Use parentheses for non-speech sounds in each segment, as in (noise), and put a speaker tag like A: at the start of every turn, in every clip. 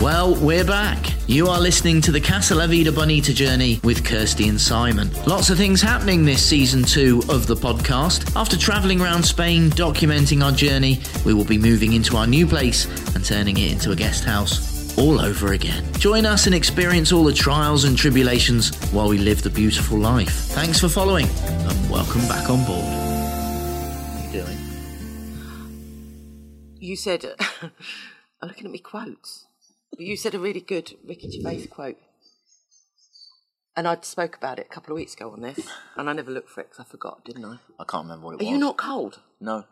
A: Well, we're back. You are listening to the Casa La Vida Bonita journey with Kirsty and Simon. Lots of things happening this season two of the podcast. After travelling around Spain documenting our journey, we will be moving into our new place and turning it into a guest house all over again. Join us and experience all the trials and tribulations while we live the beautiful life. Thanks for following and welcome back on board. How you doing?
B: You said, (laughs) I'm looking at me quotes, but you said a really good Ricky Gervais quote. And I spoke about it a couple of weeks ago on this, and I never looked for it because I forgot, didn't I?
A: I can't remember what it
B: Are
A: was.
B: you not cold?
A: No.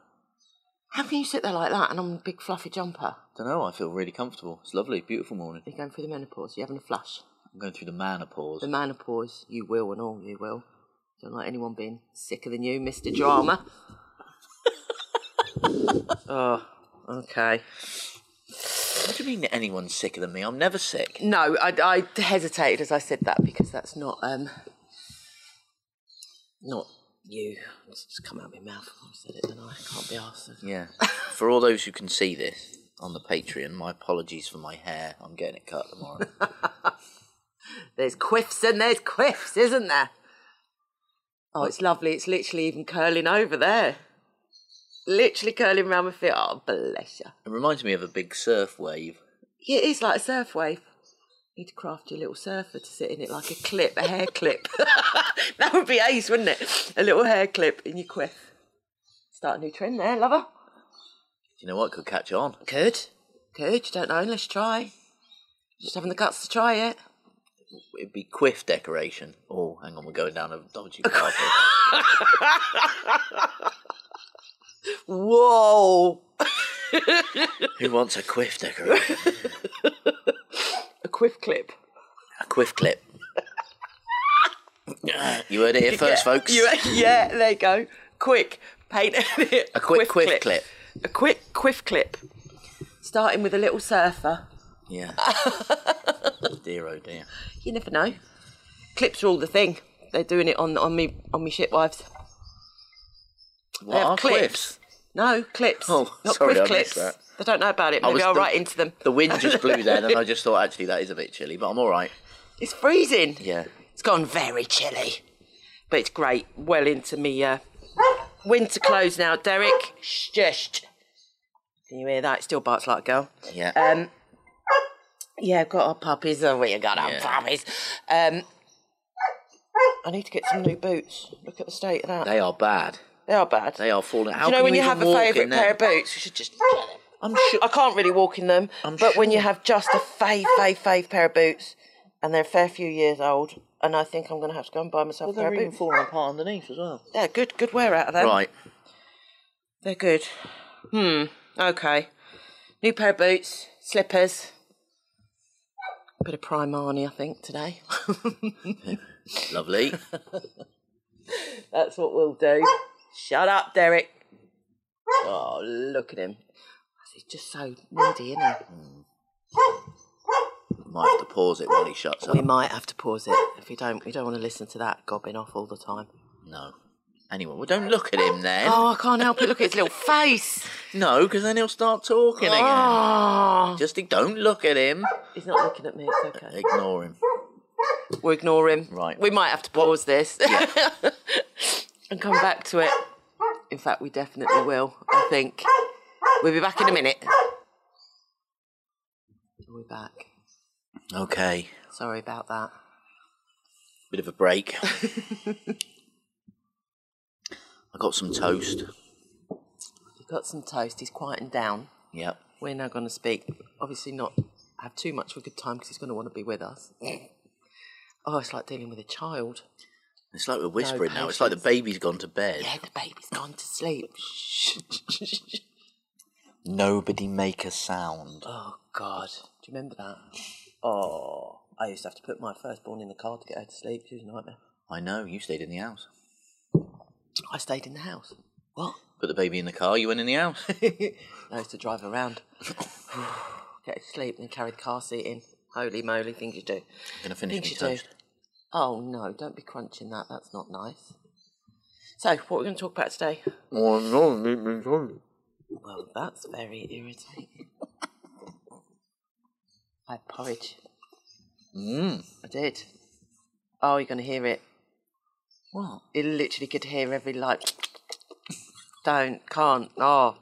B: How can you sit there like that and I'm in a big fluffy jumper?
A: Don't know. I feel really comfortable. It's lovely, beautiful morning.
B: You're going through the menopause, you're having a flush.
A: I'm going through the menopause.
B: The menopause, you will and all you will. Don't like anyone being sicker than you, Mr. Drama. (laughs) oh, okay.
A: What do you mean anyone's sicker than me? I'm never sick.
B: No, I, I hesitated as I said that because that's not um, not you. It's just come out of my mouth when I said it, and I can't be asked.
A: (laughs) Yeah. for all those who can see this on the Patreon, my apologies for my hair. I'm getting it cut tomorrow. (laughs)
B: There's quiffs and there's quiffs, isn't there? Oh, it's lovely. It's literally even curling over there. Literally curling round my feet. Oh, bless you.
A: it reminds me of a big surf wave.
B: Yeah, it is like a surf wave. You need to craft your little surfer to sit in it like a clip, a hair clip. (laughs) that would be ace, wouldn't it? A little hair clip in your quiff. Start a new trend there, lover.
A: You know what? Could catch on.
B: Could. Could. You don't know unless you try. Just having the guts to try it.
A: It'd be quiff decoration. Oh, hang on, we're going down a dodgy path. here.
B: Whoa!
A: who wants a quiff decoration?
B: A quiff clip.
A: A quiff (laughs) clip. you heard it here first,
B: Yeah,
A: folks.
B: you- yeah, there you go. Quick. Paint (laughs) it.
A: A quick quiff clip.
B: A quick quiff clip. Starting with a little surfer.
A: (laughs) Yeah. dear, oh dear.
B: You never know. Clips are all the thing. They're doing it on on me on me shit wives.
A: What
B: have
A: are quiffs?
B: clips. No clips.
A: Oh,
B: not
A: sorry,
B: quiff
A: I missed
B: clips.
A: that.
B: They don't know about it.
A: was
B: Maybe I'll
A: the-
B: write into them.
A: The wind just blew then, (laughs) and I just thought, actually, that is a bit chilly, but I'm all right.
B: It's freezing.
A: Yeah.
B: It's gone very chilly, but it's great. Well into me uh, winter clothes now, Derek. Shh, shh. Can you hear that? It still barks like a girl.
A: Yeah.
B: Um, yeah, I've got our puppies. Oh, we got our
A: Yeah.
B: puppies. Um, I need to get some new boots. Look at the state of that.
A: they are bad.
B: They are bad.
A: They are falling. How
B: Do you know
A: can
B: when
A: you,
B: you have
A: even
B: a
A: walk
B: favourite
A: in them?
B: pair of boots, you should just.
A: I'm sure.
B: I can't really walk in them,
A: I'm
B: but when you
A: sure.
B: have just a fave, fave, fave pair of boots, and they're a fair few years old, and I think I'm going to have to go and buy myself a pair
A: They're
B: of
A: even
B: boots.
A: falling apart underneath as well.
B: They're good, good wear out of them.
A: Right.
B: They're good. Hmm. Okay. New pair of boots, slippers. Bit of Primani, I think, today. (laughs)
A: Lovely.
B: That's what we'll do. Shut up, Derek. Oh, look at him. He's just so needy, isn't he?
A: Might have to pause it while he shuts
B: We
A: up.
B: might have to pause it if you don't. We don't want to listen to that gobbing off all the time.
A: No. Anyway, well, don't look at him then. No, 'cause
B: Oh, I can't help it. Look at his little face.
A: No, because then he'll start talking again.
B: Oh.
A: Just don't look at him.
B: He's not looking at me. It's okay.
A: Ignore him.
B: We'll ignore him.
A: Right.
B: We might have to pause this (laughs) and come back to it. In fact, we definitely will. I think we'll be back in a minute. We're back.
A: Okay.
B: Sorry about that.
A: Bit of a
B: (laughs)
A: break. I got some toast.
B: We've got some toast. He's quieting down.
A: Yep.
B: We're now going to speak. Obviously, not have too much of a good time because he's going to want to be with us. Oh, it's like dealing with a child.
A: It's like we're whispering now. It's like the baby's gone to bed.
B: Yeah, the baby's gone to sleep. Shh.
A: Nobody make a sound.
B: (laughs) Oh God, do you remember that? Oh, I used to have to put my firstborn in the car to get her to sleep. She was a nightmare.
A: I know. You stayed in the house.
B: I stayed in the house. What?
A: Put the baby in the car. You went in the house.
B: (laughs) I used to drive around, (sighs) get her to sleep, and then carry the car seat in. Holy moly, things you do.
A: gonna finish
B: Things
A: me
B: you do.
A: toast.
B: Oh no, don't be crunching that. That's not nice. So, what are we going to talk about today?
A: Oh, no, make me toast. (laughs)
B: Well, that's very irritating. I had porridge. Mm, I did. Oh, you're going to hear it.
A: What?
B: You literally could hear every like. Don't, can't, oh.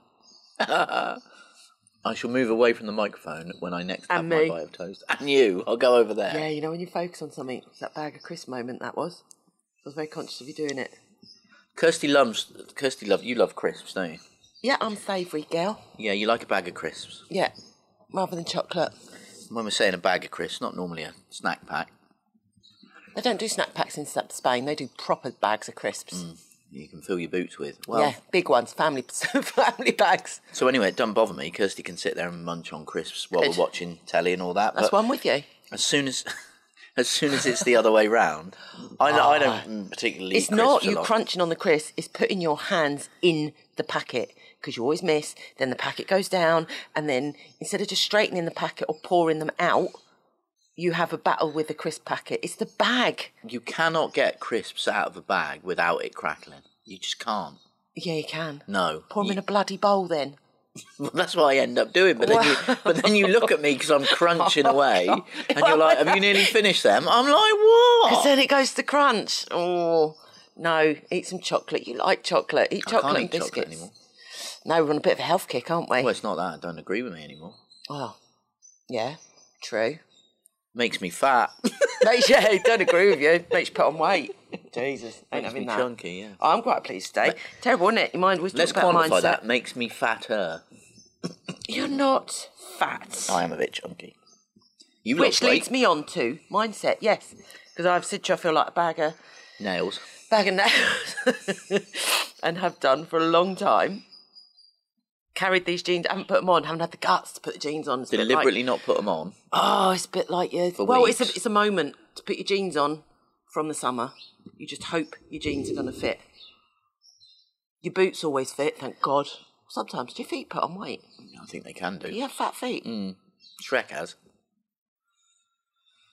A: I shall move away from the microphone when I next have
B: And
A: my
B: me.
A: bite of toast. And you, I'll go over there.
B: Yeah, you know when you focus on something, it's that bag of crisp moment that was. I was very conscious of you doing it.
A: Kirsty loves. Kirsty loves. You love crisps, don't you?
B: Yeah, I'm savoury, girl.
A: Yeah, you like a bag of crisps.
B: Yeah, rather than chocolate.
A: When we're saying a bag of crisps, not normally a snack pack.
B: They don't do snack packs in Sp- Spain. They do proper bags of crisps.
A: You can fill your boots with. Mm, Well,
B: yeah, big ones, family (laughs) family bags.
A: so anyway, it doesn't bother me. Kirsty can sit there and munch on crisps while
B: Good.
A: we're watching telly and all that.
B: That's
A: but
B: one with you.
A: as soon as, (laughs) as soon as it's the other way round, I, I don't mm, particularly. eat
B: Ah. It's not
A: crisps a
B: you
A: lot.
B: crunching on the crisp. It's putting your hands in the packet because you always miss. Then the packet goes down, and then instead of just straightening the packet or pouring them out, you have a battle with the crisp packet. It's the bag.
A: You cannot get crisps out of a bag without it crackling. You just can't. (laughs)
B: Yeah, you can.
A: No.
B: Pour them
A: You-
B: in a bloody bowl then.
A: Well, that's what I end up doing. But then you, but then you look at me because
B: (laughs) Oh
A: I'm crunching away, and you're like, "Have you nearly finished them?" I'm like,
B: Because
A: "What?"
B: then it goes to crunch. Oh, no. Eat some chocolate. You like chocolate. Eat
A: I
B: chocolate
A: can't
B: and
A: eat
B: biscuits.
A: chocolate anymore.
B: No, we're on a bit of a health kick, aren't we?
A: Well, it's not that. I don't agree with me anymore.
B: Well, yeah, true. (laughs)
A: Makes me fat.
B: Makes you, yeah, don't agree with you. Makes you put on weight. Jesus,
A: (laughs) Makes me
B: ain't having that.
A: chunky. Yeah.
B: I'm quite pleased today. Terrible, isn't it? Your mind was
A: Let's
B: about
A: quantify
B: mindset.
A: that. Makes me fatter.
B: You're not fat.
A: I am a bit chunky. You
B: Which
A: lost weight.
B: leads me on to mindset, yes. Because I've said to you I feel like a bagger.
A: nails.
B: bag of nails (laughs) and have done for a long time. Carried these jeans, haven't put them on, haven't had the guts to put the jeans on. It's a bit like-
A: Deliberately not put them on.
B: oh, it's a bit like you. well, it's
A: weeks.
B: a it's a moment to put your jeans on from the summer. You just hope your jeans are going to fit. Your boots always fit, thank God. Sometimes do your feet put on weight?
A: I think they can do.
B: You have fat feet.
A: Mm. Shrek has.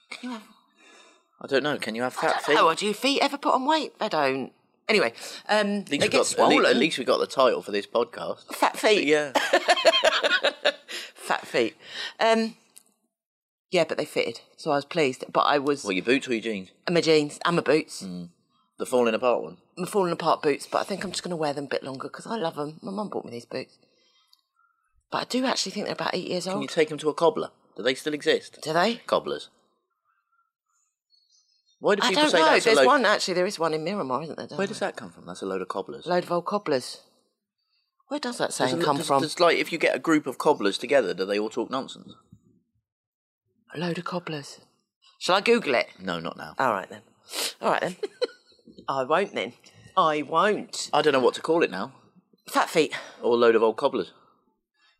B: Can you have
A: I don't know. Can you have fat feet?
B: Oh, well, do your feet ever put on weight? They don't. Anyway, um,
A: At least
B: they
A: we
B: get
A: got- at le-
B: swollen.
A: At least we got the title for this podcast. (laughs)
B: Fat feet.
A: Yeah.
B: fat feet. Um, yeah, but they fitted, so I was pleased. But I was
A: well, your boots or your jeans?
B: and my jeans and my boots,
A: The falling apart one.
B: my falling apart boots. But I think I'm just going to wear them a bit longer because I love them. My mum bought me these boots, but I do actually think they're about eight years
A: Can you
B: old.
A: take them to a cobbler? Do they still exist?
B: Do they?
A: Cobblers. Why do
B: I
A: people
B: don't
A: say
B: know.
A: that's a
B: There's
A: load?
B: one actually. There is one in Miramar, isn't there? down
A: Where does
B: there?
A: that come from? That's a load of cobblers.
B: load of old cobblers? Where does that
A: Does
B: saying
A: a-
B: come
A: does-
B: from?
A: does, like if you get a group of cobblers together, do they all talk nonsense?
B: A load of cobblers. Shall I Google it?
A: No, not now.
B: All right then.
A: (laughs)
B: All right then. I won't then. I won't.
A: I don't know what to call it now.
B: Fat feet.
A: Or a load of old
B: (laughs)
A: cobblers.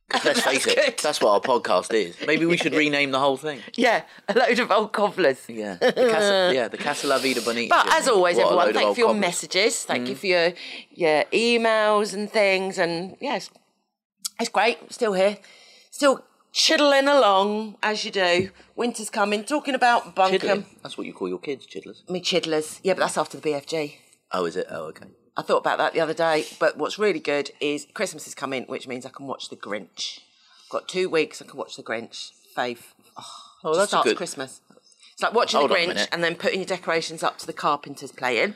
A: 'Cause Let's face it,
B: good.
A: that's what our podcast is. Maybe we
B: (laughs)
A: should rename the whole thing.
B: Yeah, a load of old cobblers.
A: Yeah, the Casa, yeah, the Casa La Vida Bonita.
B: But as always,
A: What a load
B: everyone,
A: of
B: thank you
A: old Mm.
B: for your
A: cobblers.
B: messages. Thank you for your your emails and things. And yes, it's great. Still here, still chiddling along as you do. Winter's coming. Talking about Bunkum.
A: Chiddling. um, That's what you call your kids, chiddlers.
B: Me chiddlers. Yeah, but that's after the BFG.
A: Oh, is it? Oh, okay.
B: I thought about that the other day. But what's really good is Christmas is coming, which means I can watch The Grinch. got two weeks. I can watch The Grinch. Faith.
A: Oh,
B: Just
A: that's a
B: starts
A: good.
B: Christmas. It's like watching
A: Hold
B: The
A: on a
B: Grinch
A: minute.
B: and then putting your decorations up to the carpenters playing.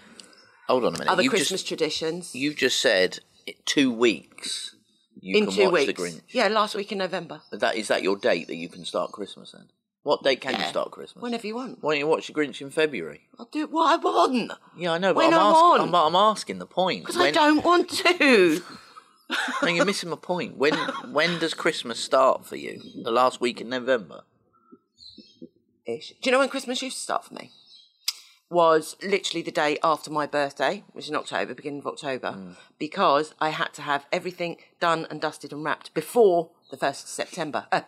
A: Hold on a minute.
B: Other
A: You've just-
B: Christmas traditions.
A: You've just said it- two weeks. You
B: in
A: can
B: two
A: watch
B: weeks.
A: The Grinch.
B: Yeah, last week in November.
A: That is that your date that you can start Christmas then? What date can you
B: Yeah.
A: start Christmas?
B: Whenever you want.
A: Why don't you watch The Grinch in February?
B: I'll do what I want
A: Yeah, I know, but
B: When
A: I'm,
B: I
A: asking,
B: want.
A: I'm, but I'm asking the point.
B: because I
A: When,
B: don't want
A: (laughs)
B: to.
A: no, you're missing my point. When when does Christmas start for you? The last week in November.
B: Ish. Do you know when Christmas used to start for me? Was literally the day after my birthday, which is in October, beginning of October,
A: Mm.
B: because I had to have everything done and dusted and wrapped before the first of September, uh,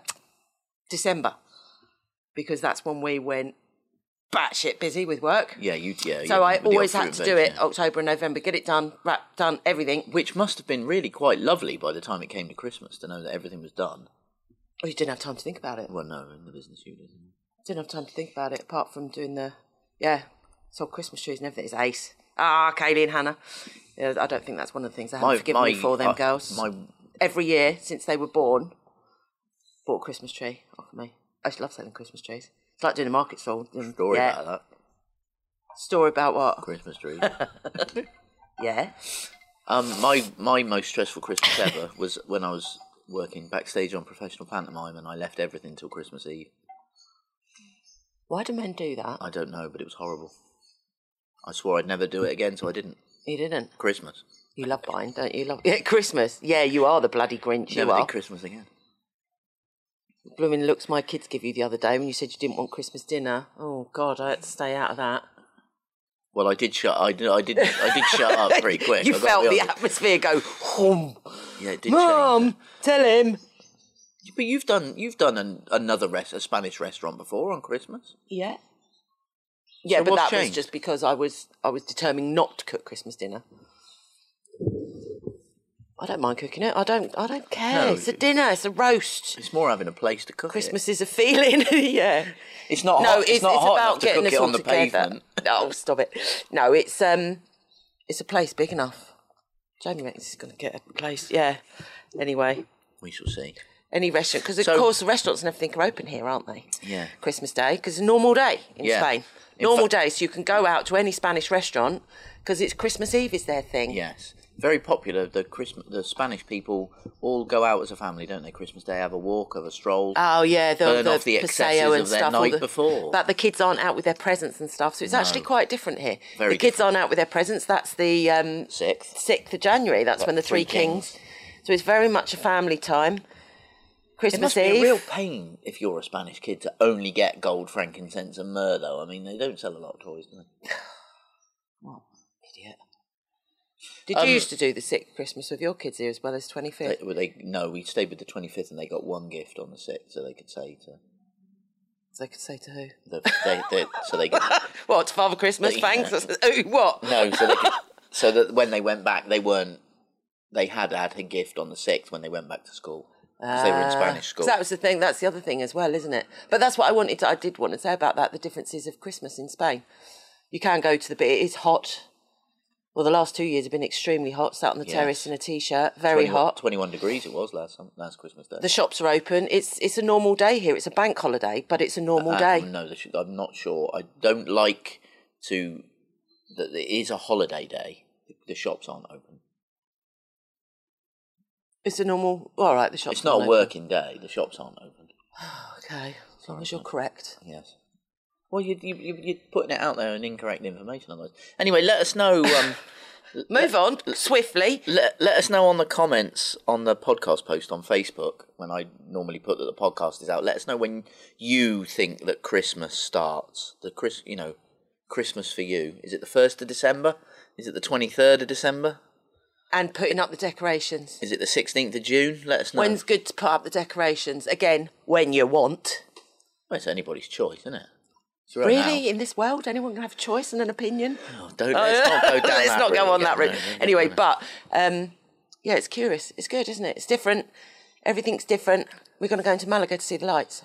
B: December, because that's when we went batshit busy with work.
A: Yeah, you. Yeah.
B: so
A: you-
B: I
A: with the
B: always
A: Oscar
B: had to
A: event,
B: do it
A: yeah.
B: October and November, get it done, wrap done, everything,
A: Which must have been really quite lovely by the time it came to Christmas to know that everything was done.
B: Well, Oh, you didn't have time to think about it.
A: Well, no, in the business you did.
B: Didn't have time to think about it apart from doing the, yeah, sold Christmas trees and everything. It's ace. Ah, Kaylee and Hannah. Yeah, I don't think that's one of the things they haven't forgiven me for, them
A: uh,
B: girls.
A: My
B: Every year since they were born, bought a Christmas tree off me. I just love selling Christmas trees. It's like doing a market stall. um,
A: Story
B: yeah.
A: about that
B: Story about what?
A: Christmas tree.
B: Yeah.
A: (laughs) um, my my most stressful Christmas ever was when I was working backstage on professional pantomime, and I left everything till Christmas Eve.
B: Why do men do that?
A: I don't know, but it was horrible. I swore I'd never do it again, so I didn't.
B: You didn't.
A: Christmas.
B: You love buying, don't you? Love (laughs) yeah, Christmas. Yeah, you are the bloody Grinch. You
A: Never
B: are.
A: did Christmas again.
B: Blooming looks my kids give you the other day when you said you didn't want Christmas dinner. Oh God, I had to stay out of that.
A: Well, I did shut. I did. I did. I did shut up
B: (laughs)
A: pretty quick.
B: you
A: I've got
B: felt
A: to be
B: the
A: honest.
B: atmosphere go. Hum.
A: Yeah, it did change.
B: Mom, tell him.
A: But you've done you've done an, another res- a Spanish restaurant before on Christmas.
B: Yeah. Yeah,
A: So
B: but that
A: what's
B: was
A: changed?
B: just because I was I was determined not to cook Christmas dinner. I don't mind cooking it. I don't I don't care.
A: No,
B: it's a dinner. It's a roast.
A: It's more having a place to cook. it.
B: Christmas is a feeling. (laughs) yeah.
A: It's not.
B: No,
A: hot,
B: it's,
A: it's, not
B: it's
A: hot
B: about
A: enough to
B: getting
A: cook
B: us
A: it
B: all
A: on the
B: together.
A: pavement.
B: oh, stop it. No, it's um, it's a place big enough. Jamie Rex is going to get a place. Yeah. Anyway,
A: We shall see.
B: any restaurant because of
A: So-
B: course the restaurants and everything are open here, aren't they?
A: Yeah.
B: Christmas Day because it's a normal day in
A: Yeah.
B: Spain.
A: In
B: Normal
A: fa-
B: day, so you can go out to any Spanish restaurant because it's Christmas Eve is their thing.
A: Yes. Very popular. The Christmas, the Spanish people all go out as a family, don't they? Christmas Day, have a walk, have a stroll.
B: Oh yeah, the,
A: Burn
B: the
A: off the excesses
B: paseo and
A: of their
B: stuff. all
A: night before.
B: But the kids aren't out with their presents and stuff, so it's actually quite different here.
A: Very
B: the kids aren't out with their presents. That's the um,
A: Sixth.
B: sixth of January. That's when the Three
A: Three
B: Kings.
A: Kings.
B: So it's very much a family time.
A: It
B: Christmas
A: must be
B: Eve.
A: a real pain if you're a Spanish kid to only get gold, frankincense, and myrtle. I mean, they don't sell a lot of toys, do they?
B: Idiot. Did
A: Um,
B: you used to do the sixth Christmas with your kids here as well as twenty fifth?
A: they? Well, they no, we stayed with the 25th, and they got one gift on the sixth, so they could say to
B: So I could say to who?
A: the, they, they, so they could
B: What Father Christmas?
A: Yeah.
B: Thanks. That's- (laughs) Who? What?
A: No, so they could, so that when they went back, they weren't. They had had a gift on the sixth when they went back to school 'cause they were in
B: Ah,
A: Spanish school.
B: 'cause That was the thing. That's the other thing as well, isn't it? But that's what I wanted. To, I did want to say about that: the differences of Christmas in Spain. You can go to the bit. It is hot. Well, the last two years have been extremely hot. Sat on the
A: Yes.
B: terrace in a t-shirt, very hot.
A: Twenty-one degrees it was last sum- last Christmas Day.
B: The shops are open. It's it's a normal day here. It's a bank holiday, but it's a normal
A: Uh,
B: day.
A: No, the sh- I'm not sure. I don't like to. That it is a holiday day. The shops aren't open.
B: It's a normal. All right, the shops.
A: It's not
B: aren't
A: a
B: open.
A: working day. The shops aren't open.
B: Okay, as long as
A: Mm.
B: you're correct.
A: Yes. Well, you, you, you, you're putting it out there and incorrect information on those. Anyway, let us know. Um,
B: Move on swiftly.
A: let, let us know on the comments on the podcast post on Facebook when I normally put that the podcast is out. Let us know when you think that Christmas starts. The Chris, you know, Christmas for you. Is it the first of December? Is it the twenty third of December?
B: And putting up the decorations.
A: Is it the sixteenth of June? Let us know.
B: When's good to put up the decorations? Again, when you want.
A: well, it's anybody's choice, isn't it? It's your own
B: Really,
A: house.
B: in this world, anyone can have a choice and an opinion.
A: Oh, don't let's
B: (laughs)
A: not go down
B: Let's
A: that
B: not
A: route
B: go on that
A: again,
B: route.
A: no, no, no,
B: Anyway,
A: no.
B: but um, yeah, it's curious. It's good, isn't it? It's different. Everything's different. We're going to go into Malaga to see the lights.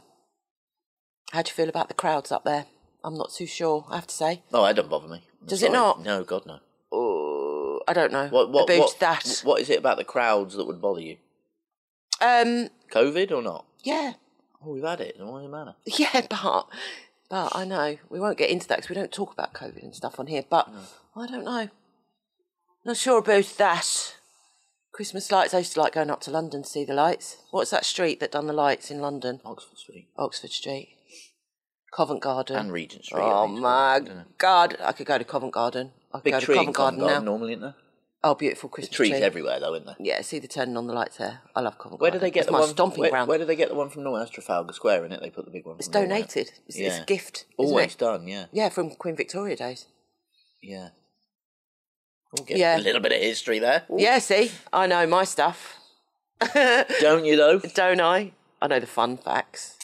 B: How do you feel about the crowds up there? I'm not too sure. I have to say.
A: oh, that doesn't bother me. I'm
B: Does it not?
A: No, God no.
B: Oh, I don't know
A: What what
B: about
A: what,
B: that.
A: what is it about the crowds that would bother you?
B: Um,
A: COVID or not?
B: yeah,
A: Oh, we've had it. What does it matter?
B: (laughs) yeah, but but I know we won't get into that because we don't talk about COVID and stuff on here. But I don't know. Not sure about that. Christmas lights. I used to like going up to London to see the lights. What's that street that done the lights in London?
A: Oxford Street.
B: Oxford Street, Covent Garden.
A: and Regent Street. I
B: oh
A: think it's
B: my
A: called. I don't know.
B: God! I could go to Covent Garden. I could
A: Big
B: go to
A: tree
B: Covent Garden, now.
A: normally, isn't there?
B: Oh, beautiful Christmas
A: Trees
B: tree.
A: everywhere though, isn't there?
B: Yeah, see the turning on the lights there. I love Covent
A: Where
B: Garden.
A: do they get
B: it's
A: the
B: my
A: one?
B: stomping
A: where,
B: ground?
A: Where do they get the one from North? That's Trafalgar Square, in it. They put the big one.
B: it's
A: from Norway, innit?
B: donated. It's, it's
A: Yeah.
B: a gift. isn't
A: Always
B: it?
A: done. Yeah,
B: Yeah, from Queen Victoria days.
A: yeah. We'll get
B: Yeah.
A: a little bit of history there. Ooh.
B: Yeah, see, I know my stuff, (laughs)
A: Don't you though?
B: don't I? I know the fun facts.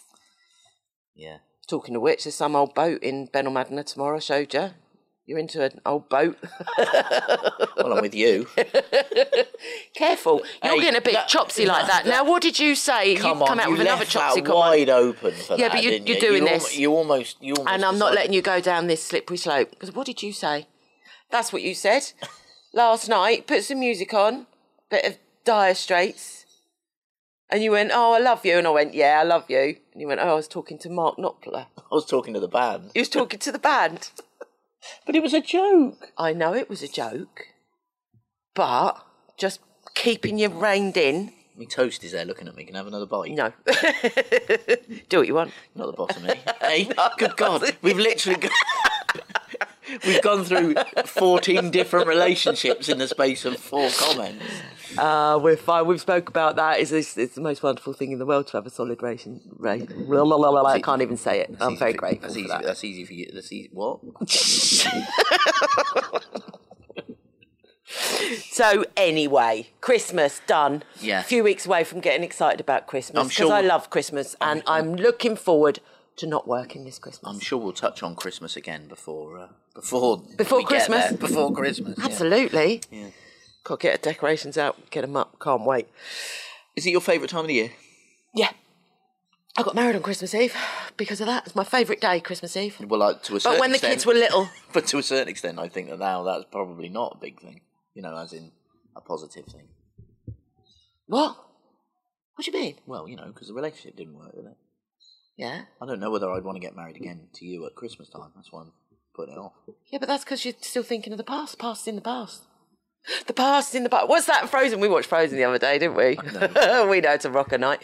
A: Yeah.
B: Talking of which, there's some old boat in Benalmadena tomorrow. I showed you. You're into an old boat. (laughs)
A: Well, I'm with you.
B: Careful, you're
A: Hey,
B: getting a bit
A: that-
B: chopsy like that. Now, what did you say?
A: Come
B: You've
A: on,
B: come out
A: you
B: with another
A: left
B: chopsy
A: that
B: comment,
A: wide open for
B: Yeah,
A: that,
B: but you-
A: didn't
B: you're
A: you?
B: doing
A: you
B: this.
A: almo- you almost, you almost.
B: and I'm not
A: decided-
B: letting you go down this slippery slope. Because what did you say? That's what you said last night. Put some music on, bit of Dire Straits. And you went, oh, I love you. And I went, yeah, I love you. And you went, oh, I was talking to Mark Knopfler. (laughs)
A: I was talking to the band,
B: He was talking to the band.
A: but it was a joke.
B: I know it was a joke, but just keeping you reined in.
A: My toast is there looking at me. Can I have another bite?
B: No. (laughs) Do what you want.
A: Not the boss of
B: (laughs)
A: me. Hey, good God, we've literally got, (laughs) we've gone through fourteen different relationships in the space of four comments.
B: Uh, we're fine. We've spoke about that. It's, it's, it's the most wonderful thing in the world to have a solid ration. Ra- la- la- la- la- I can't even say it. I'm very grateful
A: That's
B: for
A: easy.
B: that.
A: That's easy for you. That's easy. What?
B: So anyway, Christmas done.
A: Yeah.
B: A few weeks away from getting excited about Christmas
A: I'm
B: because
A: sure-
B: I love Christmas and I'm looking forward to not working this Christmas.
A: I'm sure we'll touch on Christmas again before uh, before
B: Before
A: we get
B: Christmas?
A: there. Before Christmas. yeah.
B: Absolutely. Got to get the decorations out, get them up. Can't wait.
A: Is it your favourite time of the year?
B: Yeah. I got married on Christmas Eve because of that. It's my favourite day, Christmas Eve.
A: Well, like to a certain
B: But when the
A: extent,
B: kids
A: (laughs)
B: were little,
A: but to a certain extent, I think that now that's probably not a big thing. You know, as in a positive thing.
B: what? What do you mean?
A: Well, you know, because the relationship didn't work, did it?
B: Yeah.
A: I don't know whether I'd want to get married again to you at Christmas time. That's why I'm putting it off.
B: Yeah, but that's because you're still thinking of the past. Past in the past. The past in the past. What's that? Frozen. We watched Frozen the other day, didn't we? (laughs) we know it's a rocker night.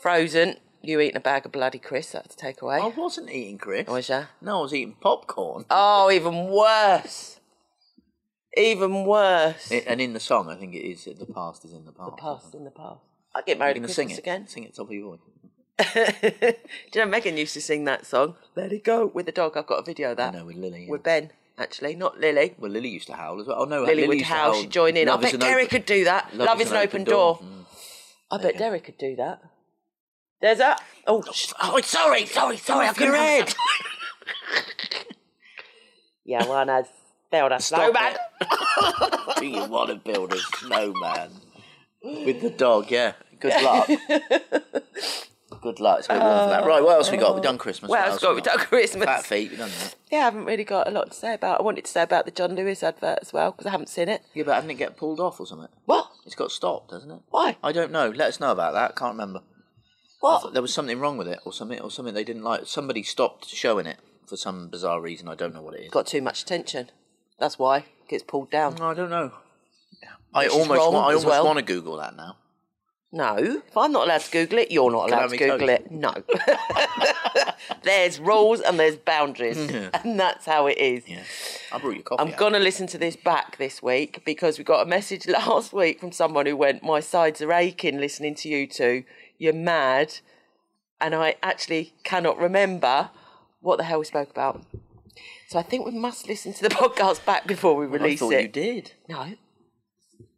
B: Frozen. You eating a bag of bloody crisps. That's a takeaway.
A: I wasn't eating Chris.
B: Was ya?
A: No, I was eating popcorn.
B: Oh, even worse. Even worse.
A: I- and in the song, I think it is the past is in the past.
B: past in the past. I get married
A: You're gonna
B: at Christmas
A: sing it
B: again. (laughs)
A: Sing it top of your voice.
B: Do you know Megan used to sing that song? Let it go with the dog. I've got a video of that
A: No, with Lily. yeah.
B: with Ben actually, not Lily.
A: Well, Lily used to howl as well. Oh no,
B: Lily,
A: Lily
B: would
A: used to
B: howl. She'd join in.
A: oh, Love
B: I
A: is
B: bet
A: an
B: Derek
A: open-
B: could do that. Love, is an open, door.
A: Mm.
B: I bet Derek could do that. There's that. Oh, sh-
A: Oh, sorry, sorry, sorry. I've
B: your
A: head.
B: yeah, one has failed us.
A: Stop
B: Snowman.
A: (laughs) Do you want to build a snowman with the dog? Yeah. Good
B: (laughs)
A: luck. Good luck. It's a bit warm for that. Right. What else we got? We've done Christmas.
B: Well, it's got (laughs) we done
A: Fat
B: Christmas.
A: feet. We've done that.
B: Yeah, I haven't really got a lot to say about. I wanted to say about the John Lewis advert as well because I haven't seen it.
A: Yeah, but hasn't it get pulled off or something?
B: What?
A: It's got stopped, hasn't it?
B: Why?
A: I don't know. Let us know about that. Can't remember.
B: What?
A: There was something wrong with it, or something, or something they didn't like. Somebody stopped showing it for some bizarre reason. I don't know what it is.
B: Got too much attention. That's why gets pulled down.
A: I don't know. I
B: Which is
A: almost,
B: wrong
A: want, I
B: as
A: almost
B: well.
A: want to Google that now.
B: No, if I'm not allowed to Google it, you're not
A: Can I
B: allowed to
A: have my coat?
B: Google it. No. (laughs) there's rules and
A: (laughs)
B: there's boundaries, and that's how it is.
A: Yeah, I brought your coffee.
B: I'm
A: out.
B: going to listen to this back this week because we got a message (laughs) last week from someone who went, My sides are aching listening to you two. You're mad. And I actually cannot remember what the hell we spoke about. So I think we must listen to the (laughs) podcast back before we
A: I
B: release
A: thought
B: it.
A: you did.
B: No.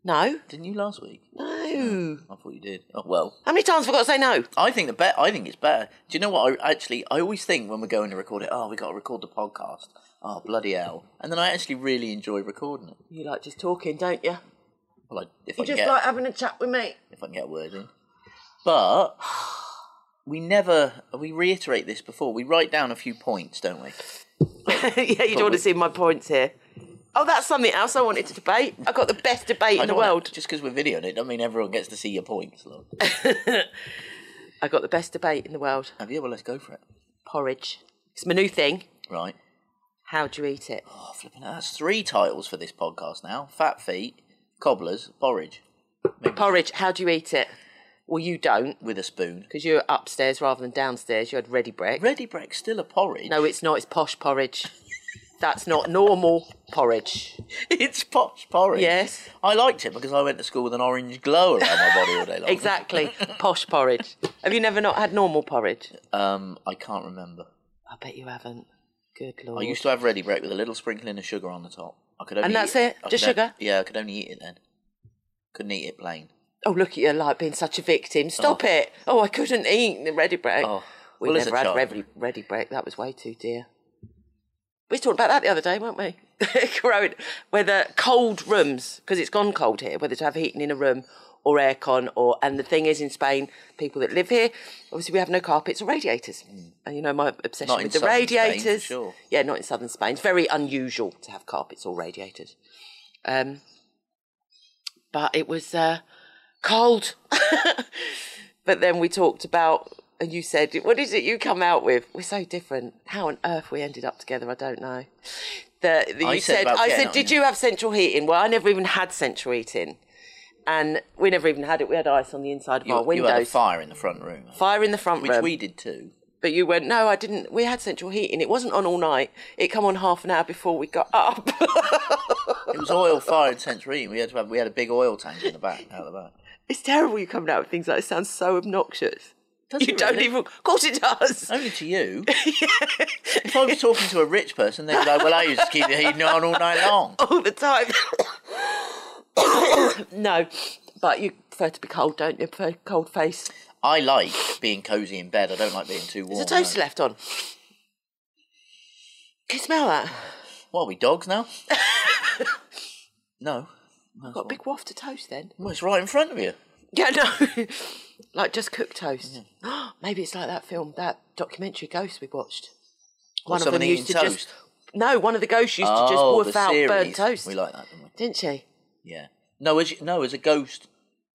B: No.
A: Didn't you last week?
B: No.
A: I thought you did. Oh well.
B: How many times have I got to say no?
A: I think the bet. I think it's better. Do you know what? I actually, I always think when we're going to record it, oh, we got to record the podcast. Oh, bloody hell! And then I actually really enjoy recording it.
B: You like just talking, don't you?
A: Well, I, if I can
B: You just
A: get,
B: like having a chat with me.
A: if I can get a word in. But we never. We reiterate this before. We write down a few points, don't we?
B: (laughs) yeah, you don't want to see my points here. Oh, that's something else I wanted to debate. I got the best debate
A: I
B: in the
A: don't wanna-
B: world.
A: Just because we're videoing it, don't mean everyone gets to see your points. Look.
B: I got the best debate in the world.
A: Have you? Well, let's go for it.
B: Porridge. It's my new thing.
A: Right.
B: How do you eat it?
A: Oh, flipping hell, That's three titles for this podcast now. Fat feet, cobblers, porridge
B: Porridge. How do you eat it? Well, you don't
A: with a spoon.
B: because you're upstairs rather than downstairs. You had ready brick.
A: Ready break's still a porridge.
B: No, it's not. It's posh porridge. That's not normal porridge.
A: (laughs) it's posh porridge.
B: Yes.
A: I liked it because I went to school with an orange glow around my body all day long.
B: (laughs) Exactly. posh porridge. Have you never not had normal porridge?
A: Um, I can't remember.
B: I bet you haven't. Good lord.
A: I used to have ready break with a little sprinkling of sugar on the top. I could only
B: And that's
A: eat
B: it?
A: I
B: Just
A: could on-
B: sugar?
A: yeah, I could only eat it then. Couldn't eat it plain.
B: Oh, look at you like being such a victim. Stop it. Oh, I couldn't eat the ready break.
A: Oh,
B: we
A: well, as a
B: never had
A: child-
B: ready, ready break. That was way too dear. We was talking about that the other day, weren't we? (laughs) Growing, whether cold rooms, because it's gone cold here, whether to have heating in a room or aircon or, and the thing is in Spain, people that live here, obviously we have no carpets or radiators. And you know my obsession
A: Hmm. Not in
B: with the
A: southern Spain, for
B: radiators.
A: sure.
B: Yeah, not in southern Spain. It's very unusual to have carpets or radiators. Um, but it was uh, cold. (laughs) But then we talked about, and you said, "What is it you come out with?" We're so different. How on earth we ended up together, I don't know. That that
A: I
B: you
A: said
B: said,
A: about
B: I
A: getting
B: said,
A: on
B: "Did
A: you."
B: you have central heating?" Well, I never even had central heating, and we never even had it. We had ice on the inside of
A: You,
B: our
A: you had a
B: Oh, windows.
A: fire in the front room,
B: Fire in the front
A: which
B: room,
A: we did too.
B: but you went no. I didn't. We had central heating. It wasn't on all night. It come on half an hour before we got up.
A: It
B: (laughs)
A: was oil fired central heating. We had to have, we had a big oil tank in the back out the back.
B: it's terrible. You coming out with things like this. Sounds so obnoxious.
A: Does
B: (laughs) You
A: it
B: don't
A: really?
B: even. Of course it does.
A: Only to you. If I was talking to a rich person, they'd go, "Well, I used to keep the heating on all night long."
B: (laughs) all the time. (coughs) no, but you prefer to be cold, don't you? Prefer cold face.
A: I like being cosy in bed. I don't like being too warm.
B: There's a toast
A: no.
B: left on. Can you smell that?
A: What are we dogs
B: (laughs)
A: now? no. No, it's
B: Got a
A: all-
B: big waft of toast then.
A: Well, it's right in front of you.
B: (laughs) Yeah, Mm-hmm. no. (laughs) like just cooked toast. (gasps) Maybe it's like that film, that documentary Ghost we watched. One of
A: someone
B: them used to
A: eating toast.
B: just no. One of the ghosts used to just
A: oh,
B: woof
A: the
B: out
A: series.
B: burnt toast,
A: We like that, didn't we?
B: didn't she?
A: Yeah. No, as you, no, as a ghost.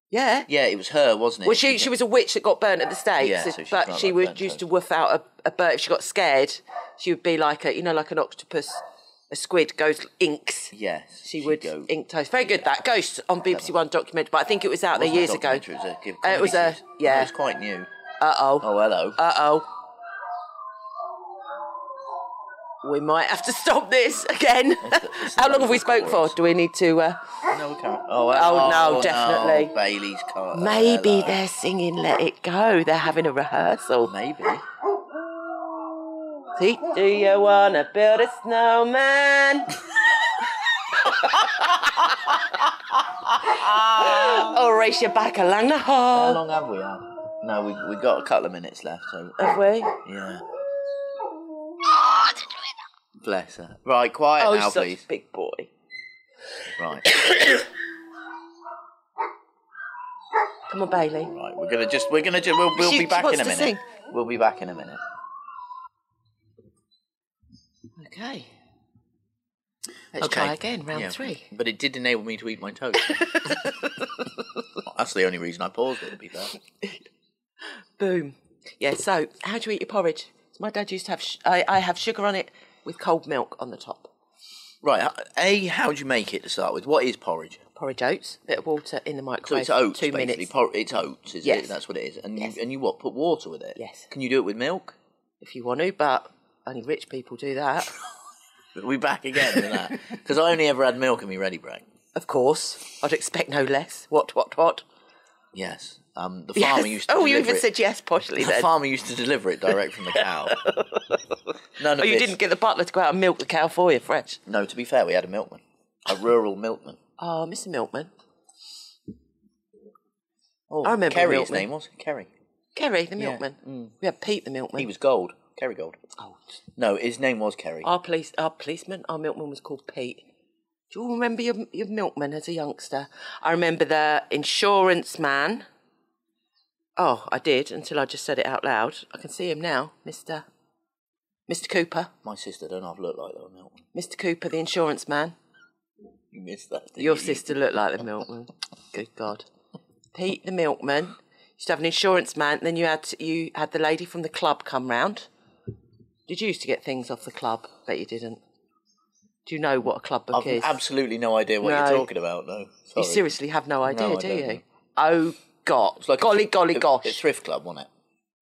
B: Yeah.
A: Yeah, it was her, wasn't it?
B: Well, she she was a witch that got burnt at the stakes,
A: Yeah, so she
B: but
A: smelled
B: she
A: like
B: would
A: burnt
B: used
A: toast.
B: to woof out a, a bird. If she got scared, she would be like a you know like an octopus, a squid goes inks.
A: Yes,
B: She would
A: go-
B: ink toast. Very good that ghost on BBC One documentary, but I think it was out there
A: wasn't a
B: years ago.
A: documentary, It was a,
B: Uh,
A: comedy
B: it was a-
A: series.
B: yeah.
A: It was quite new.
B: Uh oh.
A: Oh, hello.
B: Uh oh. We might have to stop this again.
A: It's a- it's a
B: (laughs) How long have we
A: load
B: spoke
A: of
B: for?
A: chorus.
B: Do we need to? Uh...
A: no, we can't. Oh,
B: Oh, no,
A: oh,
B: definitely.
A: Bailey's car.
B: Maybe
A: hello.
B: they're singing "Let It Go." They're having a rehearsal.
A: Maybe.
B: See? Do you wanna build a (laughs) snowman? or race your back along the
A: How
B: hall?
A: long have we had? No, we we got a couple of minutes left. So
B: Have we?
A: yeah. Bless her. Right, quiet
B: Oh,
A: now,
B: he's such
A: please.
B: a big boy.
A: Right,
B: Come on, Bailey.
A: right. We're gonna just. We're gonna. Ju- we'll we'll
B: She-
A: be
B: she
A: back in
B: wants
A: a
B: to
A: minute.
B: sing.
A: We'll be back in a minute.
B: Okay. Let's
A: Okay.
B: try again, round
A: Yeah,
B: three.
A: But it did enable me to eat my
B: (laughs)
A: toast. That's the only reason I paused it, to be fair.
B: Boom. Yeah, so how do you eat your porridge? So My dad used to have, sh- I, I have sugar on it with cold milk on the top.
A: Right, uh, A, how do you make it to start with? What is porridge?
B: Porridge oats, bit of water in the
A: So
B: microwave.
A: it's oats,
B: two
A: basically.
B: minutes.
A: Por- it's oats, is
B: Yes.
A: it? That's what it is. And,
B: Yes.
A: you, and you what? Put water with it?
B: Yes.
A: Can you do it with milk?
B: if you want to, but only rich people do that.
A: We're back again with
B: (laughs)
A: that. Because I only ever had milk in my ready break.
B: Of course, I'd expect no less. What, what, what?
A: Yes. Um, the
B: Yes.
A: farmer used to
B: oh, you
A: deliver
B: even
A: it. (laughs)
B: said yes poshly
A: The
B: then.
A: farmer used to deliver it direct
B: (laughs)
A: from the cow. None of
B: Oh, you
A: this-
B: didn't get the butler to go out and milk the cow for you, fresh.
A: No, to be fair, we had a milkman. A rural milkman.
B: Oh, Mr. Milkman.
A: Oh,
B: I remember
A: Kerry, his
B: milkman.
A: name was. Kerry.
B: Kerry, the milkman. We had Pete, the milkman.
A: He was gold. Kerry Gold.
B: Oh,
A: No, his name was Kerry.
B: our, police, our policeman, our milkman was called Pete. Do you all remember your, your milkman as a youngster? I remember the insurance man. Oh, I did until I just said it out loud. I can see him now, Mr. Mr. Cooper.
A: My sister don't half look like that milkman.
B: Mr. Cooper, the insurance man.
A: You missed that. didn't
B: Your
A: you?
B: sister looked like the milkman. Good God. Pete the milkman. Used to have an insurance man, then you had you had the lady from the club come round. Did you used to get things off the club? Bet you didn't. Do you know what a club book
A: I've
B: is?
A: absolutely no idea what
B: No.
A: you're talking about. No,
B: you
A: Sorry.
B: seriously have no idea,
A: No, I
B: do
A: don't
B: you?
A: know.
B: Oh God.
A: It's like a
B: golly
A: thr-
B: golly
A: a-
B: gosh.
A: A thrift club, wasn't it?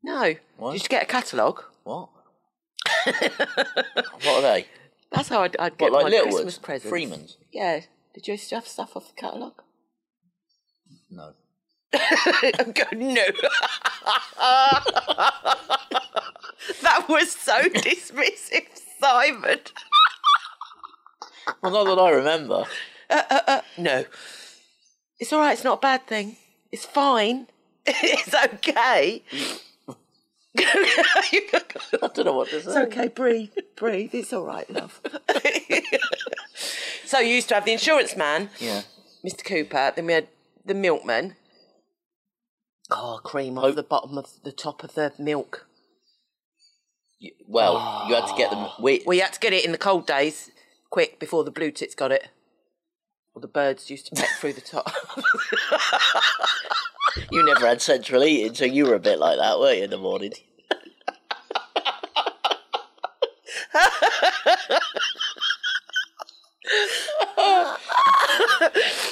B: no. You used to get a catalogue.
A: What?
B: (laughs)
A: what are they?
B: That's how I'd, I'd
A: What
B: get
A: like
B: my Christmas
A: Littlewoods,
B: presents.
A: Freeman's?
B: Yeah. Did you used to have stuff off the catalogue?
A: No.
B: I'm going, no. (laughs) that was so dismissive, Simon.
A: Well, not that I remember. (laughs)
B: No. It's all right, it's not a bad thing. It's fine. (laughs) It's okay. it's
A: I don't know what to say.
B: okay, breathe, breathe. It's all right, love. (laughs) so you used to have the insurance man,
A: Yeah.
B: Mr. Cooper, then we had the milkman. Oh, cream off the bottom of the top of the milk.
A: You- Well, you had to get
B: Ah.
A: them. Wait.
B: Well, you had to get it in the cold days, quick before the blue
A: (laughs)
B: tits got it. Or the birds used to peck through the top.
A: You never had central heating, so you were a bit like that, weren't you, in the morning?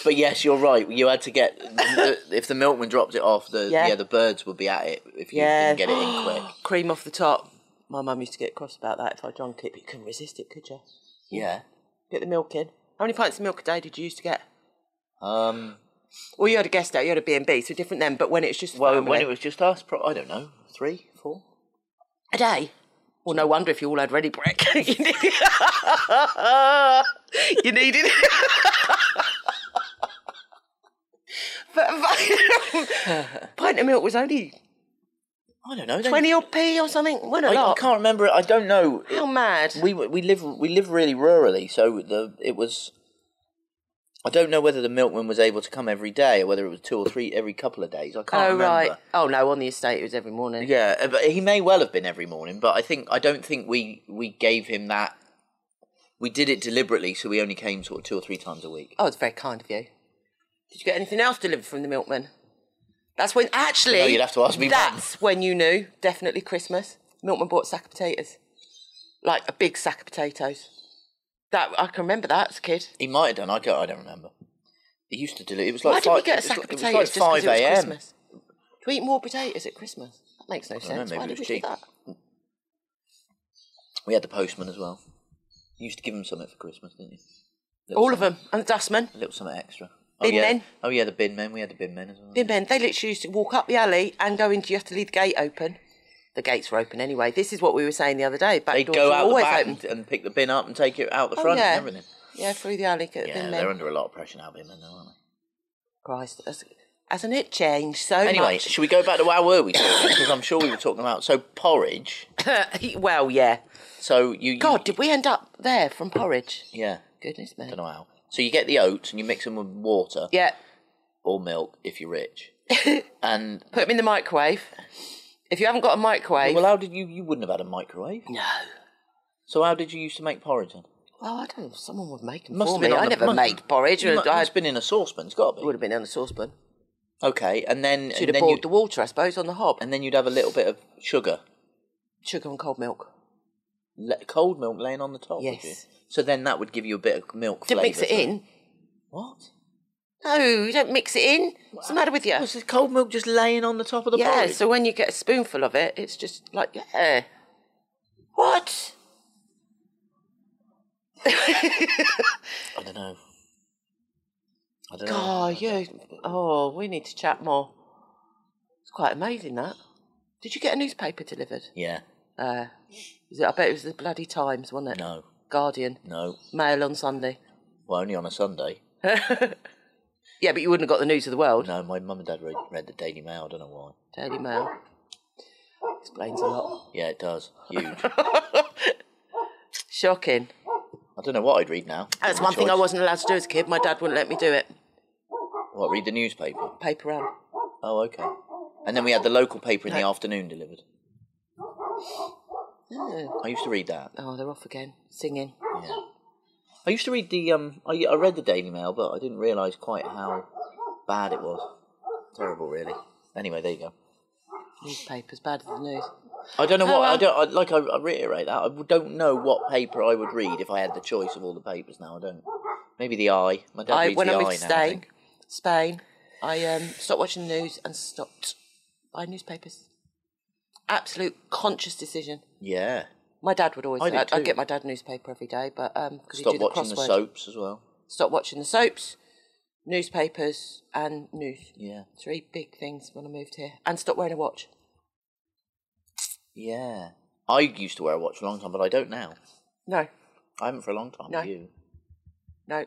A: but yes, you're right. You had to get if the milkman dropped it off. The yeah,
B: Yeah.
A: the birds would be at it if you
B: Yeah.
A: didn't get it in
B: (gasps)
A: quick.
B: (laughs) Cream off the top. My mum used to get cross about that if I drunk it, but you couldn't resist it, could you?
A: Yeah.
B: Get the milk in. How many pints of milk a day did you used to get?
A: Um.
B: Well, you had a guest out, you had a B&B, so different then, but when it's just
A: Well,
B: family-
A: when it was just us, pro- I don't know, three, four.
B: a day. Well, no wonder if you all had ready brick. (laughs) you needed you needed but, but- (laughs) pint of milk was only
A: I don't know. they-
B: twenty odd p or something. What a
A: I, I
B: lot.
A: Oh, can't remember. I don't know.
B: How mad?
A: we we live we live really rurally, so the it was. I don't know whether the milkman was able to come every day or whether it was two or three every couple of days. I can't
B: oh
A: remember.
B: right. Oh no, on the estate it was every morning.
A: Yeah, uh, but he may well have been every morning, but I think I don't think we we gave him that. We did it deliberately, so we only came sort of two or three times a week.
B: Oh, it's very kind of you. Did you get anything else delivered from the milkman? That's when actually.
A: No, you'd have to ask me when.
B: That's when you knew definitely Christmas. Milkman bought a sack of potatoes, like a big sack of potatoes. That I can remember that as a kid.
A: He might have done. I don't. I don't remember. He used to deliver. It was like
B: Why did
A: five,
B: we get a
A: it was
B: sack
A: like-
B: of
A: It was
B: potatoes just
A: like
B: 'cause it was
A: five a.m.
B: Christmas? Do we eat more potatoes at Christmas? That makes no
A: know,
B: sense.
A: maybe
B: Why
A: it
B: did we
A: was
B: do
A: cheap.
B: that?
A: We had the postman as well. You used to give him something for Christmas, didn't you? Little
B: All of them and the dustman.
A: A little something extra.
B: Bin
A: oh, yeah.
B: men.
A: Oh yeah, the bin men. We had the bin men as well.
B: Bin men, they literally used to walk up the alley and go into. You have to leave the gate open. The gates were open anyway. This is what we were saying the other day. Back
A: They'd
B: doors
A: go
B: were
A: out the
B: always
A: back
B: open.
A: and, and pick the bin up and take it out the front
B: yeah.
A: and everything.
B: Yeah, through the alley. Get
A: Yeah,
B: bin
A: they're
B: men.
A: under a lot of pressure now, bin men, though, aren't they?
B: Christ, has- hasn't it changed so
A: Anyway,
B: much? (laughs)
A: should we go back to where were we talking? Because I'm sure we were talking about so porridge.
B: well, yeah.
A: So you, you-
B: God, did we end up there from porridge?
A: yeah,
B: Goodness me.
A: don't know how. So you get the oats and you mix them with water
B: Yeah,
A: or milk if you're
B: (laughs)
A: rich. and
B: put them in the microwave. If you haven't got a microwave,
A: well, how did you? You wouldn't have had a microwave.
B: no.
A: So how did you used to make porridge? Then?
B: Well, I don't know. Someone would make them
A: Must
B: for
A: have been
B: me.
A: on
B: I
A: the-
B: never
A: must-
B: made porridge.
A: It
B: I'd- I
A: has been in a saucepan. It's got to
B: would
A: be.
B: have been on a saucepan.
A: Okay, and then and
B: Should have
A: then,
B: boiled
A: you,
B: the water, I suppose, on the hob. And
A: and then you'd have a little bit of sugar,
B: sugar and cold milk.
A: le- cold milk laying on the top. would you?
B: Yes.
A: So then that would give you a bit of milk.
B: Didn't
A: flavour,
B: mix it
A: so-
B: in.
A: What?
B: No, you don't mix it in. What's the matter with you?
A: Was this cold milk just laying on the top of the
B: Yeah,
A: porridge?
B: so when you get a spoonful of it, it's just like, yeah. What?
A: I don't know. I don't know.
B: Oh, you. Oh, we need to chat more. It's quite amazing that. Did you get a newspaper delivered?
A: Yeah.
B: Uh, was it, I bet it was the bloody Times, wasn't it?
A: No.
B: Guardian.
A: No.
B: Mail on Sunday. (laughs)
A: Well, only on a Sunday.
B: Yeah, but you wouldn't have got the news of the world.
A: No, my mum and dad read, read the Daily Mail. I don't know why.
B: Daily Mail. Explains a lot.
A: Yeah, it does.
B: (laughs)
A: Huge.
B: Shocking.
A: I don't know what I'd read now.
B: That's
A: Given
B: one
A: the
B: thing I
A: choice.
B: wasn't allowed to do as a kid. My dad wouldn't let me do it.
A: What? Read the newspaper.
B: Paper round.
A: Oh, okay. And then we had the local paper in the afternoon delivered. I used to read that.
B: Oh, they're off again. Singing.
A: Yeah. I used to read the um. I, I read the Daily Mail, but I didn't realise quite how bad it was. Terrible, really. Anyway, there you go.
B: Newspapers, bad as the news.
A: I don't know what I
B: Oh, well.
A: don't I, like. I, I reiterate that I don't know what paper I would read if I had the choice of all the papers. Now I don't. Maybe the Eye. My dad
B: I
A: reads
B: when
A: the
B: I
A: Eye
B: moved to
A: now. I
B: Spain,
A: think.
B: Spain, I um, stopped watching the news and stopped buying newspapers. Absolute conscious decision.
A: Yeah.
B: My dad would always.
A: I
B: I
A: did
B: I'd,
A: too.
B: I'd get my dad a newspaper every day, but um, because he
A: Stop
B: did the
A: watching
B: crossword.
A: the soaps as well.
B: Stop watching the soaps, newspapers, and news.
A: Yeah.
B: Three big things when I moved here, and stop wearing a watch.
A: Yeah. I used to wear a watch for a long time, but I don't now.
B: No,
A: I haven't for a long time.
B: No.
A: have You.
B: no.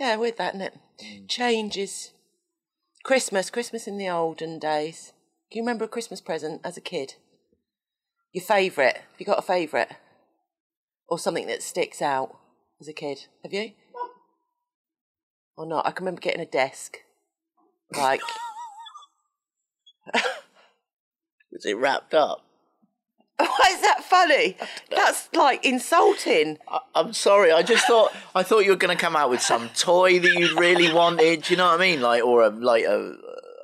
B: Yeah, weird that, isn't it?
A: Hmm.
B: Changes. Christmas, Christmas in the olden days. Do you remember a Christmas present as a kid? Your favourite? Have you got a favourite? Or something that sticks out as a kid? Have you? Or not? I can remember getting a desk. Like, (laughs)
A: Is it wrapped up?
B: why is that funny? That's like insulting.
A: I, I'm sorry. I just thought I thought you were going to come out with some toy that you really wanted. Do you know what I mean? Like or a like a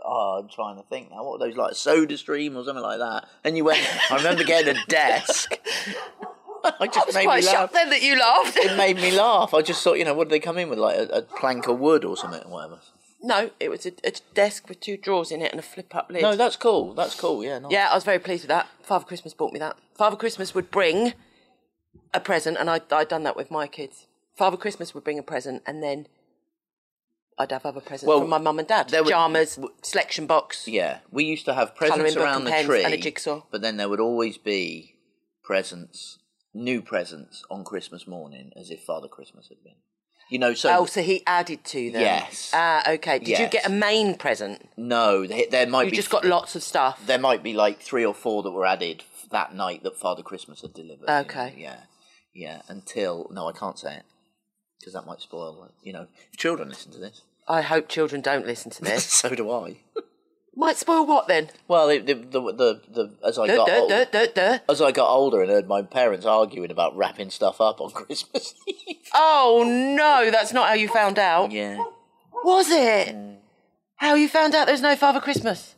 A: oh, I'm trying to think now. What were those like? Soda Stream or something like that? And you went. I remember getting a desk. I just
C: I was
A: made
C: quite
A: me laugh.
C: shocked then that you laughed.
A: It made me laugh. I just thought, you know, what did they come in with? Like a, a plank of wood or something, or whatever.
B: (laughs) No, it was a, a desk with two drawers in it and a flip up lid.
A: No, that's cool. That's cool. Yeah. Nice.
B: yeah, I was very pleased with that. Father Christmas bought me that. Father Christmas would bring a present, and I, I'd done that with my kids. Father Christmas would bring a present, and then I'd have other presents
A: Well,
B: from my mum and dad.
A: there were-
B: Pajamas, selection box.
A: Yeah, we used to have
B: Colouring
A: presents
B: book
A: around
B: and
A: the
B: pens
A: tree
B: and a jigsaw.
A: but then there would always be presents, new presents on Christmas morning, as if Father Christmas had been. You know, so
B: Oh, so he added to them.
A: Yes.
B: Ah, okay. Did you
A: Yes.
B: get a main present?
A: no, there, there might
B: You
A: be
B: just got lots of stuff.
A: there might be like three or four that were added f- that night that Father Christmas had delivered. you know,
B: Okay.
A: yeah, yeah. Until no, I can't say it because that might spoil. it, You know, if children listen to
B: (laughs)
A: this. eh,
B: I hope children don't listen
A: (laughs)
B: to this.
A: so do I.
B: Might spoil what then?
A: Well, it, the, the the the as I
B: Duh,
A: got
B: duh,
A: older,
B: duh, duh, duh.
A: as I got older and heard my parents arguing about wrapping stuff up on (laughs) Christmas Eve.
B: Oh no, that's not how you found out.
A: Yeah. Mm.
B: Was it? How you found out there's no Father Christmas?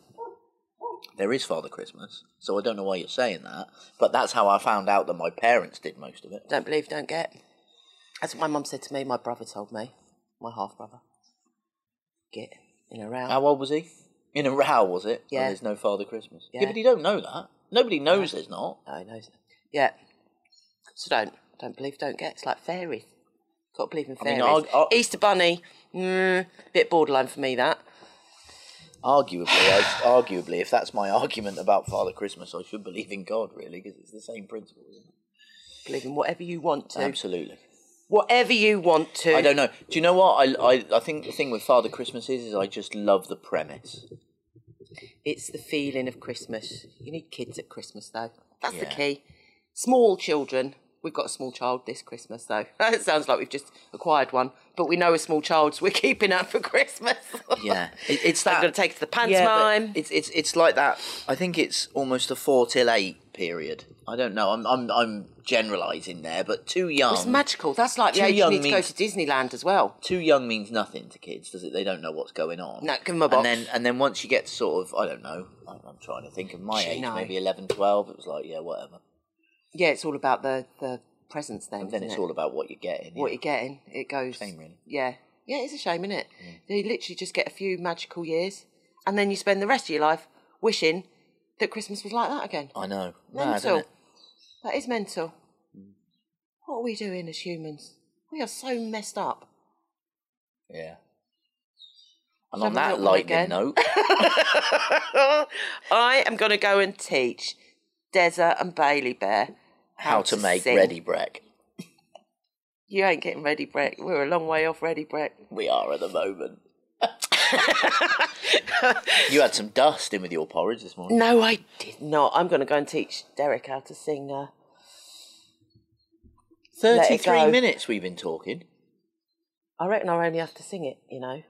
A: There is Father Christmas, so I don't know why you're saying that, but that's how I found out that my parents did most of it.
B: Don't believe, don't get. That's what my mum said to me. My brother told me, my half brother. Get in a row.
A: How old was he? In a row, was it? Oh,
B: Yeah.
A: there's no Father Christmas. Yeah.
B: Yeah.
A: but he don't know that. Nobody knows there's not.
B: No, he knows. Yeah. So don't don't believe, don't get. It's like fairies. Got to believe in
A: mean,
B: fairies.
A: I'll- I'll-
B: Easter bunny. Mm, bit borderline for me that.
A: Arguably, I, (laughs) arguably, if that's my argument about Father Christmas, I should believe in God, really, because it's the same principle, isn't it?
B: Believe in whatever you want to.
A: Absolutely.
B: Whatever you want to.
A: Um, I don't know. Do you know what? I, I, I think the thing with Father Christmas is, is I just love the premise.
B: It's the feeling of Christmas. You need kids at Christmas, though. That's the
A: Yeah.
B: key. Small children. We've got a small child this Christmas, though. (laughs) it sounds like we've just acquired one, but we know a small child, so we're (laughs) keeping her for Christmas. (laughs)
A: Yeah. It- it's
B: I'm
A: that-
B: going to take her to the
A: but
B: pantomime.
A: It's it's it's like that. I think it's almost a four till eight period. I don't know. I'm I'm I'm generalising there, but too young.
B: it's magical. That's like the
A: too
B: age you
A: um, young
B: need to go
A: means-
B: to Disneyland as well.
A: too young means nothing to kids, does it? They don't know what's going on.
B: No, give 'em a box.
A: And then and then once you get to sort of I don't know. I'm, I'm trying to think of my
B: Do you
A: age,
B: know?
A: maybe 11, 12. It was like yeah, whatever.
B: Yeah, it's all about the, the presents then.
A: And then
B: isn't
A: it's
B: it?
A: all about what you're getting.
B: what
A: yeah.
B: you're getting. It goes.
A: Shame, really.
B: Yeah, yeah, it's a shame, isn't it? You literally just get a few magical years, and then you spend the rest of your life wishing that Christmas was like that again.
A: I know. Oh, Mad,
B: mental.
A: isn't it? Mm.
B: That is mental. What are we doing as humans? We are so
A: (laughs)
B: messed up.
A: Yeah. And
B: Shall
A: on
B: we
A: that
B: not go
A: lightning
B: again? (laughs)
A: note,
B: I am going to go and teach Deza and Bailey Bear
A: how, to, make
B: sing.
A: ready break.
B: You ain't getting ready, Brett. We're a long way off ready, Brett.
A: We are at the (laughs) moment. you had some dust in with your porridge this morning.
B: No, I did not. I'm going to go and teach Derek how to sing. Uh, Let it
A: 33
B: go.
A: minutes we've been talking.
B: I reckon I only have to sing it, you know.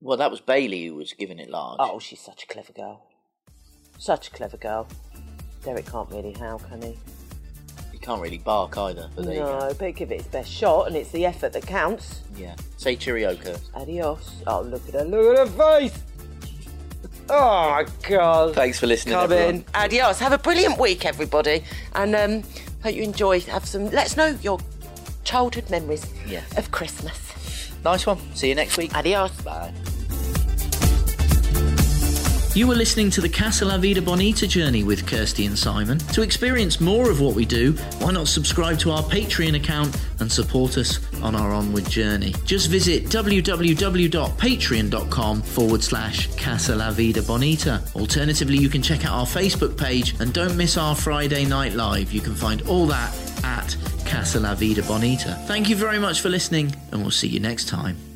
A: Well, that was Bailey who was giving it large.
B: Oh, she's such a clever girl. Such a clever girl. Derek can't really how, can he?
A: You can't really bark either, but there you go.
B: No, but give it its best shot, and it's the effort that counts.
A: Yeah. Say cheerio, Kirst.
B: Adios. Oh, look at her. Look at her face. Oh, my God.
A: Thanks for listening,
B: Come
A: everyone.
B: in. Adios. Have a brilliant week, everybody. And um, hope you enjoy. Have some. Let us know your childhood memories
A: Yeah.
B: of Christmas.
A: Nice one. See you next week.
B: Adios.
A: Bye.
D: You were listening to the Casa La Vida Bonita journey with Kirsty and Simon. To experience more of what we do, why not subscribe to our Patreon account and support us on our onward journey? Just visit www.patreon.com forward slash Casa La Vida Bonita. Alternatively, you can check out our Facebook page and don't miss our Friday Night Live. You can find all that at Casa La Vida Bonita. Thank you very much for listening, and we'll see you next time.